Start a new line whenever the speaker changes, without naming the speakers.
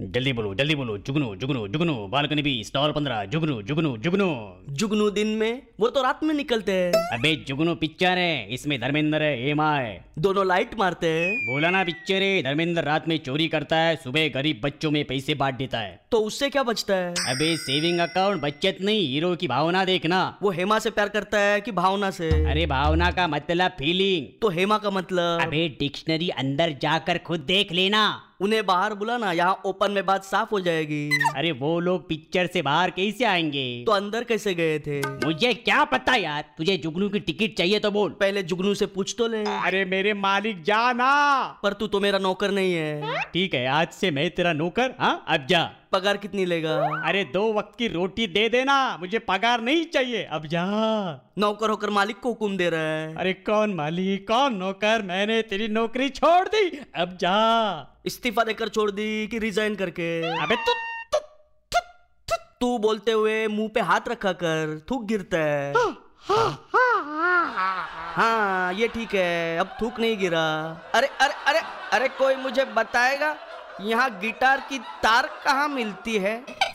जल्दी बोलो जल्दी बोलो जुगनू जुगनू जुगनू बालकनी बीस टॉवर पंद्रह जुगनू जुगनू जुगनू
जुगनू दिन में वो तो रात में निकलते हैं
अबे जुगनू पिक्चर है इसमें धर्मेंद्र है हेमा है
दोनों लाइट मारते हैं
बोला ना पिक्चर है धर्मेंद्र रात में चोरी करता है सुबह गरीब बच्चों में पैसे बांट देता है
तो उससे क्या बचता है
अबे सेविंग अकाउंट बचत नहीं हीरो की भावना देखना
वो हेमा से प्यार करता है कि भावना से
अरे भावना का मतलब फीलिंग
तो हेमा का मतलब
अबे डिक्शनरी अंदर जाकर खुद देख लेना
उन्हें बाहर बुलाना यहाँ ओपन में बात साफ हो जाएगी
अरे वो लोग पिक्चर से बाहर कैसे आएंगे
तो अंदर कैसे गए थे तो
मुझे क्या पता यार तुझे जुगनू की टिकट चाहिए तो बोल
पहले जुगनू से पूछ तो ले
अरे मेरे मालिक जा ना
पर तू तो मेरा नौकर नहीं है
ठीक है आज से मैं तेरा नौकर हाँ अब जा
पगार कितनी लेगा
अरे दो वक्त की रोटी दे देना मुझे पगार नहीं चाहिए अब जा
नौकर होकर मालिक को हुक्म दे रहा है
अरे कौन मालिक कौन नौकर मैंने तेरी नौकरी छोड़ दी अब जा
इस्तीफा देकर छोड़ दी कि रिजाइन करके
अबे तू तू-
तू बोलते हुए मुंह पे हाथ रखा कर थूक गिरता है हाँ ये ठीक है अब थूक नहीं गिरा अरे अरे अरे अरे कोई मुझे बताएगा यहाँ गिटार की तार कहाँ मिलती है